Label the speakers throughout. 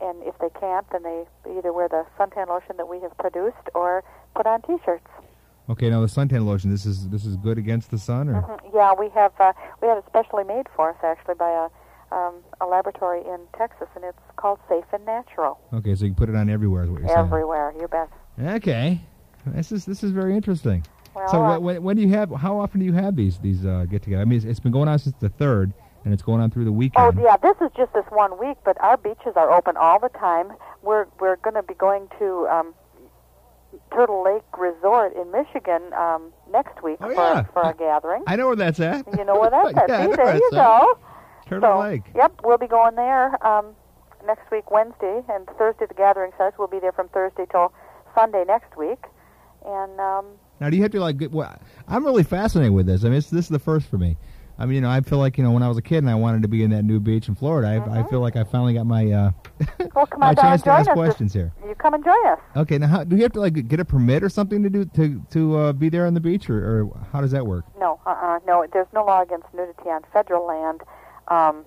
Speaker 1: and if they can't, then they either wear the suntan lotion that we have produced or put on T-shirts.
Speaker 2: Okay, now the suntan lotion. This is this is good against the sun, or
Speaker 1: Mhm. Yeah, we have uh, we have it specially made for us actually by a um, a laboratory in Texas, and it's called Safe and Natural.
Speaker 2: okay, so you can put it on everywhere. Is what you're
Speaker 1: Everywhere, you bet.
Speaker 2: saying? Okay, this is this is very interesting.
Speaker 1: Well,
Speaker 2: so
Speaker 1: uh,
Speaker 2: wh- when, when do you have? How often do you have these these uh, get together? I mean, it's, it's been going on since the third, and it's going on through the
Speaker 1: Oh
Speaker 2: weekend.
Speaker 1: yeah, this is just this one week, but our beaches are open all the time. We're we're going to be going to um, Turtle Lake Resort in Michigan um, next week
Speaker 2: Oh,
Speaker 1: for
Speaker 2: yeah.
Speaker 1: for a gathering.
Speaker 2: I know where that's at.
Speaker 1: You know where that's at.
Speaker 2: Yeah, I
Speaker 1: See,
Speaker 2: know
Speaker 1: there
Speaker 2: where
Speaker 1: you
Speaker 2: it's at.
Speaker 1: go.
Speaker 2: Turtle
Speaker 1: so,
Speaker 2: Lake.
Speaker 1: Yep, we'll be going there um, next week, Wednesday, and Thursday. The gathering starts. We'll be there from Thursday till Sunday next week, and um,
Speaker 2: Now, do you have to like? Get, well, I'm really fascinated with this. I mean, it's, this is the first for me. I mean, you know, I feel like you know when I was a kid and I wanted to be in that new beach in Florida. I, I feel like I finally got my uh,
Speaker 1: Mm-hmm. well, come
Speaker 2: my
Speaker 1: on down
Speaker 2: chance
Speaker 1: and
Speaker 2: to
Speaker 1: join
Speaker 2: ask
Speaker 1: us.
Speaker 2: questions here.
Speaker 1: You come and join us.
Speaker 2: Okay, now how, do you have to like get a permit or something to do to to uh, be there on the beach, or, or how does that work?
Speaker 1: No, uh-uh, no. There's no law against nudity on federal land. Um,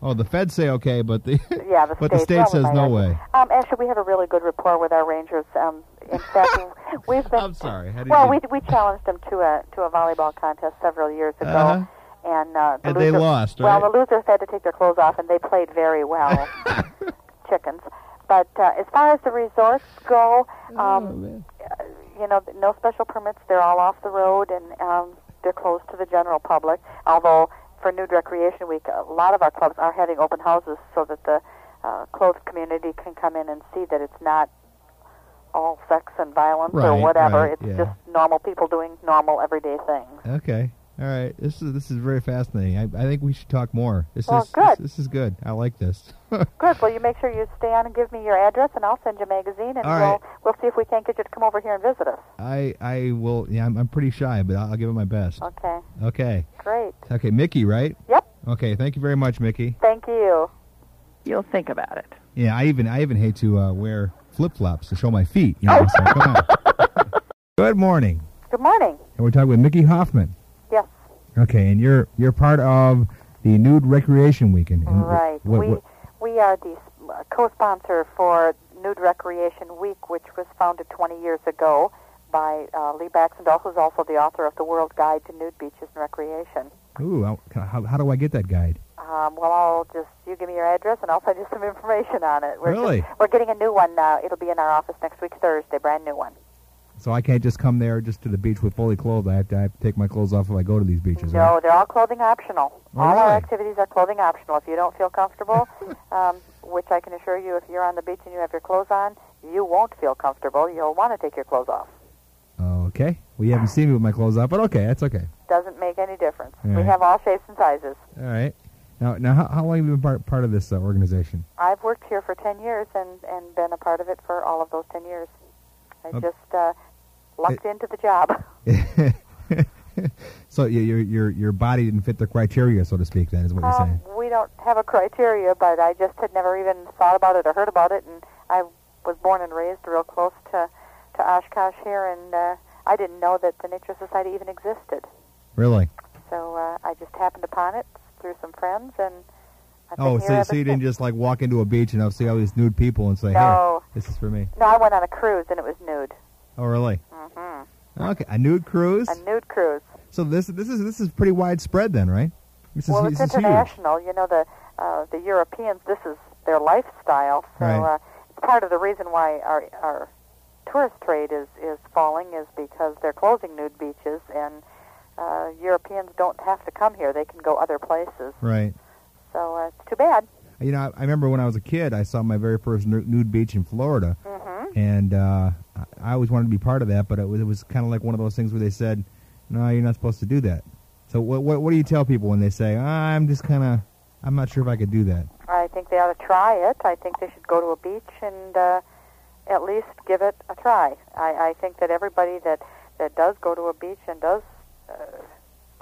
Speaker 2: Oh, the feds say okay, but the
Speaker 1: Yeah, the
Speaker 2: but the state
Speaker 1: state
Speaker 2: says no way.
Speaker 1: Um, actually, we have a really good rapport with our Rangers. Um, in fact, we've been.
Speaker 2: I'm sorry. How do you
Speaker 1: Well,
Speaker 2: do-
Speaker 1: we we challenged them to a to a volleyball contest several years ago,
Speaker 2: Uh-huh.
Speaker 1: and uh, the
Speaker 2: And they
Speaker 1: loser-
Speaker 2: lost,
Speaker 1: Well,
Speaker 2: right?
Speaker 1: the losers had to take their clothes off, and they played very well, chickens. But uh, as far as the resorts go,
Speaker 2: Oh,
Speaker 1: um,
Speaker 2: man.
Speaker 1: you know, no special permits. They're all off the road, and um, they're closed to the general public. Although for Nude Recreation Week, a lot of our clubs are having open houses so that the uh, clothed community can come in and see that it's not all sex and violence or
Speaker 2: Right,
Speaker 1: whatever.
Speaker 2: right,
Speaker 1: it's
Speaker 2: yeah.
Speaker 1: just normal people doing normal everyday things.
Speaker 2: okay, all right. This is this is very fascinating. I, I think we should talk more. This
Speaker 1: Well,
Speaker 2: is
Speaker 1: good.
Speaker 2: This, this is good. I like this.
Speaker 1: Good. Well, you make sure you stay on and give me your address, and I'll send you a magazine, and
Speaker 2: All
Speaker 1: we'll
Speaker 2: right.
Speaker 1: we'll see if we can't get you to come over here and visit us.
Speaker 2: I I will. Yeah, I'm, I'm pretty shy, but I'll, I'll give it my best.
Speaker 1: Okay.
Speaker 2: Okay.
Speaker 1: Great.
Speaker 2: Okay, Mickey, right?
Speaker 1: Yep.
Speaker 2: Okay, thank you very much, Mickey.
Speaker 1: Thank you.
Speaker 3: You'll think about it.
Speaker 2: Yeah, I even I even hate to uh, wear flip flops to show my feet. You know, so come on. Good morning,
Speaker 1: Good morning.
Speaker 2: and we're talking with Mickey Hoffman.
Speaker 1: Yes.
Speaker 2: Okay, and you're you're part of the Nude Recreation Weekend. And
Speaker 1: Right.
Speaker 2: Mm-hmm. what-
Speaker 1: we
Speaker 2: what-
Speaker 1: we are the uh, co-sponsor for Nude Recreation Week, which was founded 20 years ago by uh, Lee Baxendall, who's also the author of the World Guide to Nude Beaches and Recreation.
Speaker 2: ooh, how, how, how do I get that guide?
Speaker 1: Um, well, I'll just you give me your address, and I'll send you some information on it. We're just-
Speaker 2: Really?
Speaker 1: we're getting a new one now. It'll be in our office next week, Thursday, brand new one.
Speaker 2: So I can't just come there just to the beach with fully clothed. I have to, I have to take my clothes off if I go to these beaches.
Speaker 1: No, they're all clothing optional.
Speaker 2: Oh,
Speaker 1: all our
Speaker 2: really?
Speaker 1: activities are clothing optional. If you don't feel comfortable, um, which I can assure you, if you're on the beach and you have your clothes on, you won't feel comfortable. You'll want to take your clothes off.
Speaker 2: right? Okay. Well, you haven't seen me with my clothes off, but okay, that's okay.
Speaker 1: Doesn't make any difference. We
Speaker 2: Right.
Speaker 1: have all shapes and sizes.
Speaker 2: All right. Now, now, how, how long have you been part, part of this uh, organization?
Speaker 1: I've worked here for 10 years and, and been a part of it for all of those 10 years. I
Speaker 2: Okay.
Speaker 1: just uh, lucked into the job.
Speaker 2: so your your your your body didn't fit the criteria, so to speak. Then is what you're
Speaker 1: Um,
Speaker 2: saying.
Speaker 1: we don't have a criteria, but I just had never even thought about it or heard about it, and I was born and raised real close to to Oshkosh here, and uh, I didn't know that the Nature Society even existed.
Speaker 2: Really?
Speaker 1: So uh, I just happened upon it through some friends, and I've been
Speaker 2: Oh,
Speaker 1: here
Speaker 2: so
Speaker 1: ever
Speaker 2: so you didn't
Speaker 1: since.
Speaker 2: just like walk into a beach and I'll see all these nude people and say,
Speaker 1: No.
Speaker 2: "Hey, this is for me."
Speaker 1: No, I went on a cruise, and it was nude,
Speaker 2: Oh, really? Mm-hmm. Okay, a nude cruise.
Speaker 1: a nude cruise.
Speaker 2: So this this is this is pretty widespread then, right? This is
Speaker 1: well,
Speaker 2: this
Speaker 1: it's
Speaker 2: is huge.
Speaker 1: international. You know, the uh, the Europeans, this is their lifestyle. So
Speaker 2: Right.
Speaker 1: uh, it's part of the reason why our our tourist trade is is falling is because they're closing nude beaches and uh, Europeans don't have to come here; they can go other places.
Speaker 2: Right.
Speaker 1: So uh, it's too bad.
Speaker 2: You know, I, I remember when I was a kid, I saw my very first nu- nude beach in Florida,
Speaker 1: Mm-hmm.
Speaker 2: and uh, I- I always wanted to be part of that. But it was, it was kind of like one of those things where they said, "No, you're not supposed to do that." So what what, what do you tell people when they say, "I'm just kind of, I'm not sure if I could do that"?
Speaker 1: I think they ought to try it. I think they should go to a beach and uh, at least give it a try. I, I think that everybody that that does go to a beach and does, uh,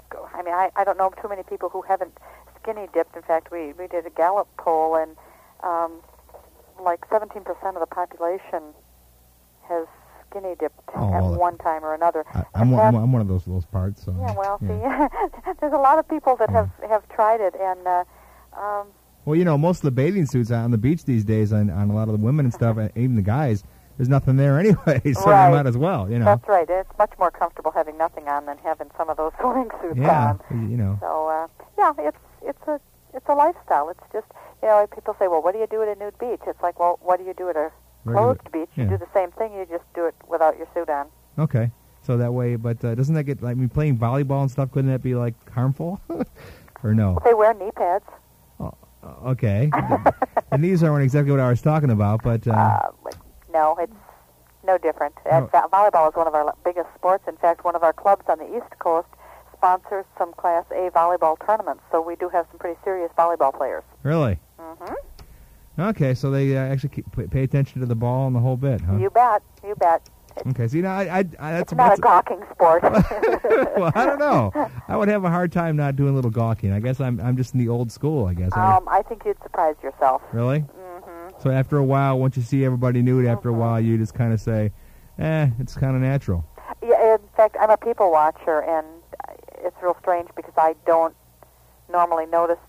Speaker 1: go, I mean, I, I don't know too many people who haven't skinny dipped. In fact, we we did a Gallup poll and um, like 17% of the population has skinny dipped
Speaker 2: Oh,
Speaker 1: at
Speaker 2: well,
Speaker 1: one time or another.
Speaker 2: I, I'm,
Speaker 1: And
Speaker 2: one,
Speaker 1: that's-
Speaker 2: I'm, I'm one of those those parts. So
Speaker 1: yeah, well, see, there's a lot of people that have have tried it, and uh, um,
Speaker 2: Well, you know, most of the bathing suits on the beach these days, on, on a lot of the women and stuff, and even the guys, there's nothing there anyway, so
Speaker 1: Right.
Speaker 2: they might as well, you know.
Speaker 1: That's right. It's much more comfortable having nothing on than having some of those swimming suits
Speaker 2: yeah,
Speaker 1: on.
Speaker 2: you know.
Speaker 1: So uh, yeah, it's it's a it's a lifestyle. It's just you know people say, well, what do you do at a nude beach? It's like, well, what do you do at a
Speaker 2: regular-
Speaker 1: clothed beach?
Speaker 2: yeah.
Speaker 1: You do the same thing. You just do it without your suit on.
Speaker 2: Okay. So that way, but uh, doesn't that get, like, I mean, playing volleyball and stuff, couldn't that be, like, harmful? or no?
Speaker 1: They wear knee pads.
Speaker 2: Okay. and these aren't exactly what I was talking about, but uh,
Speaker 1: Uh, like, no, it's no different. And vo- volleyball is one of our l- biggest sports. In fact, one of our clubs on the East Coast sponsors some Class A volleyball tournaments. So we do have some pretty serious volleyball players.
Speaker 2: really.
Speaker 1: hmm
Speaker 2: Okay, so they uh, actually keep, pay- pay attention to the ball and the whole bit, huh?
Speaker 1: You bet. You bet.
Speaker 2: Okay, so you know, I, I, I
Speaker 1: it's
Speaker 2: that's,
Speaker 1: not
Speaker 2: that's
Speaker 1: a gawking sport.
Speaker 2: well, I don't know. I would have a hard time not doing a little gawking. I guess I'm I'm just in the old school. I guess. I-
Speaker 1: um, I think you'd surprise yourself.
Speaker 2: really.
Speaker 1: hmm
Speaker 2: So after a while, once you see everybody nude, after
Speaker 1: Mm-hmm.
Speaker 2: a while, you just kind of say, "Eh, it's kind of natural."
Speaker 1: Yeah, in fact, I'm a people watcher, and it's real strange because I don't normally notice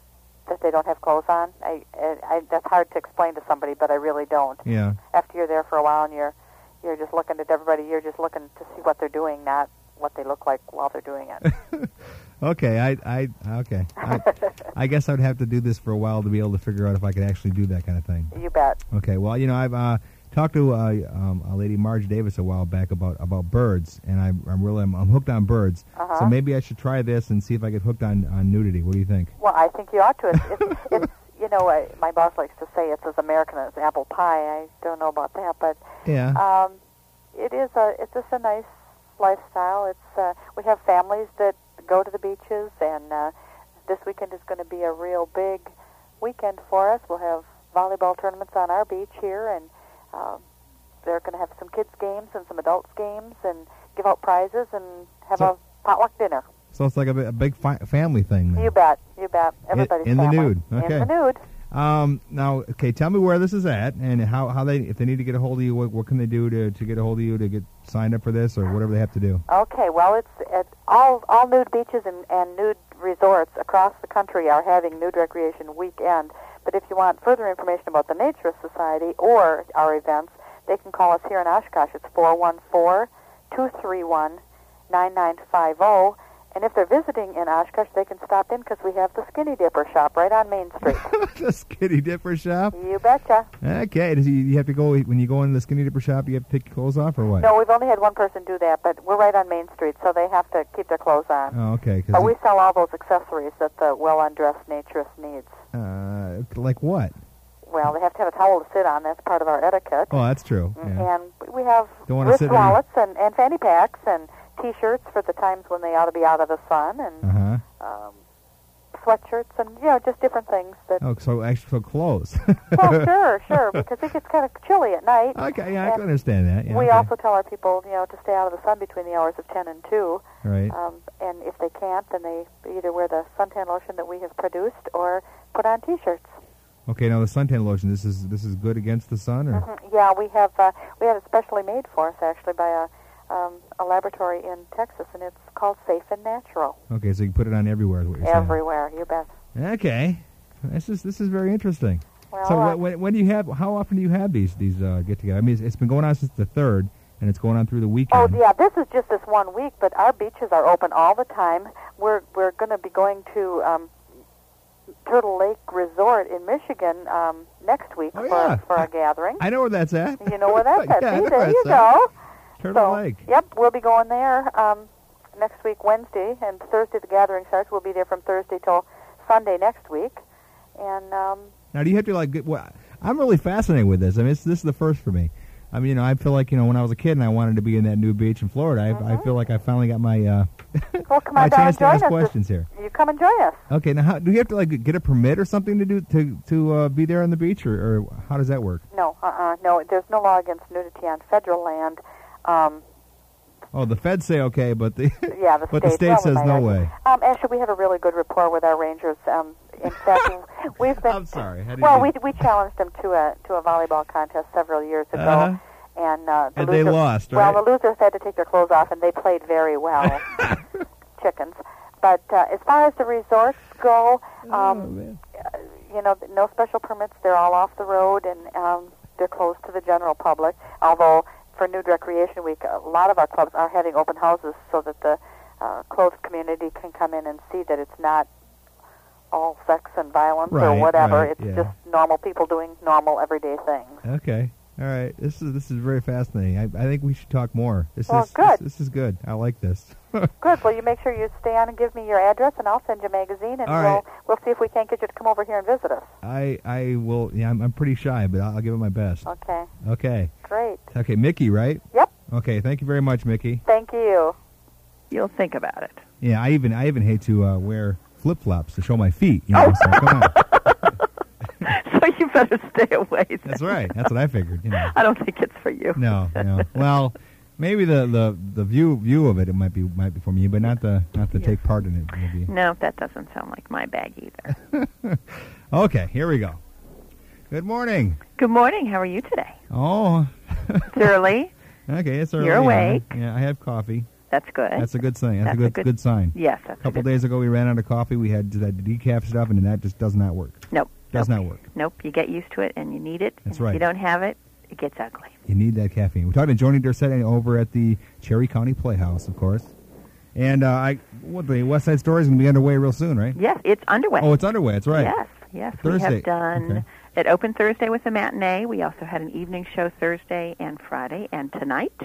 Speaker 1: that they don't have clothes on. I, I, I that's hard to explain to somebody, but I really don't.
Speaker 2: Yeah.
Speaker 1: After you're there for a while, and you're you're just looking at everybody, you're just looking to see what they're doing, not what they look like while they're doing it.
Speaker 2: Okay. I I okay. I, I guess I'd have to do this for a while to be able to figure out if I could actually do that kind of thing.
Speaker 1: you bet.
Speaker 2: Okay. Well, you know, I've uh, talked to uh, um, a lady, Marge Davis, a while back about about birds, and I, I'm really I'm, I'm hooked on birds.
Speaker 1: Uh-huh.
Speaker 2: So maybe I should try this and see if I get hooked on on nudity. What do you think?
Speaker 1: Well, I think you ought to. It's, it's, it's you know, I, my boss likes to say it's as American as apple pie. I don't know about that, but
Speaker 2: Yeah.
Speaker 1: um, it is a it's just a nice lifestyle. It's uh, we have families that go to the beaches, and uh, this weekend is going to be a real big weekend for us. We'll have volleyball tournaments on our beach here, and um, they're going to have some kids games and some adults games, and give out prizes and have
Speaker 2: So-
Speaker 1: a potluck dinner.
Speaker 2: So it's like a, bi- a big fi- family thing. Then.
Speaker 1: You bet, you bet. Everybody's
Speaker 2: in the
Speaker 1: family.
Speaker 2: nude, okay.
Speaker 1: In the nude.
Speaker 2: Um, now, okay, tell me where this is at and how, how they if they need to get a hold of you, what, what can they do to, to get a hold of you to get signed up for this or whatever they have to do?
Speaker 1: Okay, well, it's at all all nude beaches and, and nude resorts across the country are having nude recreation weekend. But if you want further information about the Naturist Society or our events, they can call us here in Oshkosh. It's four one four two three one nine nine five zero. And if they're visiting in Oshkosh, they can stop in because we have the Skinny Dipper shop right on Main Street.
Speaker 2: the Skinny Dipper shop.
Speaker 1: you betcha.
Speaker 2: Okay, does you, you have to go when you go into the Skinny Dipper shop? You have to take your clothes off or what?
Speaker 1: No, we've only had one person do that, but we're right on Main Street, so they have to keep their clothes on.
Speaker 2: Oh, okay,
Speaker 1: But we
Speaker 2: because
Speaker 1: sell all those accessories that the well-undressed naturist needs.
Speaker 2: uh, like what?
Speaker 1: Well, they have to have a towel to sit on. That's part of our etiquette.
Speaker 2: Oh, that's true.
Speaker 1: Mm,
Speaker 2: Yeah.
Speaker 1: And we have
Speaker 2: Don't wanna
Speaker 1: wrist
Speaker 2: sit in any-
Speaker 1: wallets and, and fanny packs and T-shirts for the times when they ought to be out of the sun and
Speaker 2: Uh huh.
Speaker 1: um, sweatshirts and, you know, just different things. That,
Speaker 2: Oh, so actually, so clothes.
Speaker 1: Well, sure, sure, because it gets kind of chilly at night.
Speaker 2: okay, yeah, I
Speaker 1: And
Speaker 2: can understand that. Uh, Yeah,
Speaker 1: we
Speaker 2: okay.
Speaker 1: also tell our people, you know, to stay out of the sun between the hours of 10 and 2.
Speaker 2: right.
Speaker 1: Um, and if they can't, then they either wear the suntan lotion that we have produced or put on T-shirts.
Speaker 2: Okay, now the suntan lotion. This is this is good against the sun, or
Speaker 1: Mhm. Yeah, we have uh, we had it specially made for us actually by a um, a laboratory in Texas, and it's called Safe and Natural.
Speaker 2: okay, so you can put it on everywhere. Is what you're saying.
Speaker 1: Everywhere, you bet.
Speaker 2: Okay, this is this is very interesting.
Speaker 1: Well,
Speaker 2: so
Speaker 1: uh,
Speaker 2: wh- when, when do you have? How often do you have these these uh, get together? I mean, it's, it's been going on since the third, and it's going on through the
Speaker 1: oh
Speaker 2: weekend.
Speaker 1: yeah, this is just this one week, but our beaches are open all the time. We're we're going to be going to um, Turtle Lake Resort in Michigan um, next week
Speaker 2: Oh,
Speaker 1: for
Speaker 2: yeah.
Speaker 1: for our gathering.
Speaker 2: I know where that's at.
Speaker 1: you know where that's at.
Speaker 2: Yeah, I
Speaker 1: See,
Speaker 2: know
Speaker 1: there
Speaker 2: where
Speaker 1: you
Speaker 2: that's at.
Speaker 1: go.
Speaker 2: Turtle
Speaker 1: so,
Speaker 2: Lake.
Speaker 1: Yep, we'll be going there um, next week, Wednesday, and Thursday the gathering starts. We'll be there from Thursday till Sunday next week, and um,
Speaker 2: Now, do you have to like? Get, well, I'm really fascinated with this. I mean, it's, this is the first for me. I mean, you know, I feel like you know when I was a kid and I wanted to be in that new beach in Florida. I, I feel like I finally got my uh,
Speaker 1: well, Mm-hmm. come
Speaker 2: my
Speaker 1: on down
Speaker 2: chance
Speaker 1: and
Speaker 2: to
Speaker 1: join
Speaker 2: ask
Speaker 1: us.
Speaker 2: questions here.
Speaker 1: You come and join us.
Speaker 2: Okay, now how, do you have to like get a permit or something to do to to uh, be there on the beach, or, or how does that work?
Speaker 1: No, uh-uh, no. There's no law against nudity on federal land. Um,
Speaker 2: Oh, the feds say okay, but the
Speaker 1: yeah, the
Speaker 2: but the state
Speaker 1: well, we
Speaker 2: says
Speaker 1: might
Speaker 2: no
Speaker 1: argue.
Speaker 2: way.
Speaker 1: Um, actually, we have a really good rapport with our rangers. Um, in fact, we've been.
Speaker 2: I'm sorry. How do you
Speaker 1: Well,
Speaker 2: do-
Speaker 1: we we challenged them to a to a volleyball contest several years ago,
Speaker 2: Uh-huh.
Speaker 1: and uh, the
Speaker 2: And they
Speaker 1: loser-
Speaker 2: lost,
Speaker 1: Well,
Speaker 2: right?
Speaker 1: the losers had to take their clothes off, and they played very well. Chickens. But uh, as far as the resorts go, um,
Speaker 2: man.
Speaker 1: you know, no special permits. They're all off the road and um, they're closed to the general public. Although for Nude Recreation Week, a lot of our clubs are having open houses so that the uh, closed community can come in and see that it's not all sex and violence
Speaker 2: Right,
Speaker 1: or whatever.
Speaker 2: right,
Speaker 1: it's
Speaker 2: yeah.
Speaker 1: just normal people doing normal everyday things.
Speaker 2: Okay. All right. This is this is very fascinating. I, I think we should talk more. This
Speaker 1: Well,
Speaker 2: is
Speaker 1: good.
Speaker 2: This, this is good. I like this.
Speaker 1: Good. Well, you make sure you stay on and give me your address, and I'll send you a magazine, and we'll
Speaker 2: All right.
Speaker 1: we'll see if we can't get you to come over here and visit us.
Speaker 2: I I will. Yeah, I'm, I'm pretty shy, but I'll, I'll give it my best.
Speaker 1: Okay.
Speaker 2: Okay.
Speaker 1: Great.
Speaker 2: Okay, Mickey, right?
Speaker 1: Yep.
Speaker 2: Okay. Thank you very much, Mickey.
Speaker 1: Thank you.
Speaker 3: You'll think about it.
Speaker 2: Yeah, I even I even hate to uh, wear flip flops to show my feet. You know, so come on.
Speaker 3: So you better stay away. Then.
Speaker 2: That's right. That's what I figured. You know.
Speaker 3: I don't think it's for you.
Speaker 2: No, no. Well, maybe the, the, the view view of it it might be might be for me, but not the not to take part in it. Maybe.
Speaker 3: No, that doesn't sound like my bag either.
Speaker 2: Okay, here we go. Good morning.
Speaker 3: Good morning. How are you today?
Speaker 2: Oh,
Speaker 3: It's early.
Speaker 2: okay. It's early.
Speaker 3: You're awake.
Speaker 2: Yeah, yeah I have coffee.
Speaker 3: That's good.
Speaker 2: That's a good sign. That's, a
Speaker 3: That's a
Speaker 2: good
Speaker 3: good-
Speaker 2: good sign.
Speaker 3: yes, that's
Speaker 2: A couple
Speaker 3: good.
Speaker 2: days ago, we ran out of coffee. We had that decaf stuff, and that just does not work.
Speaker 3: Nope.
Speaker 2: Does
Speaker 3: nope.
Speaker 2: not work.
Speaker 3: Nope. You get used to it and you need it.
Speaker 2: That's
Speaker 3: And If
Speaker 2: right.
Speaker 3: you don't have it, it gets ugly.
Speaker 2: You need that caffeine. We're talking to Joni Dorsetti over at the Cherry County Playhouse, of course. And uh, I, what the West Side Story is going to be underway real soon, right?
Speaker 3: Yes, it's underway.
Speaker 2: Oh, it's underway. That's right.
Speaker 3: Yes, yes. We
Speaker 2: Thursday.
Speaker 3: have done
Speaker 2: Okay.
Speaker 3: it opened Thursday with a matinee. We also had an evening show Thursday and Friday and tonight.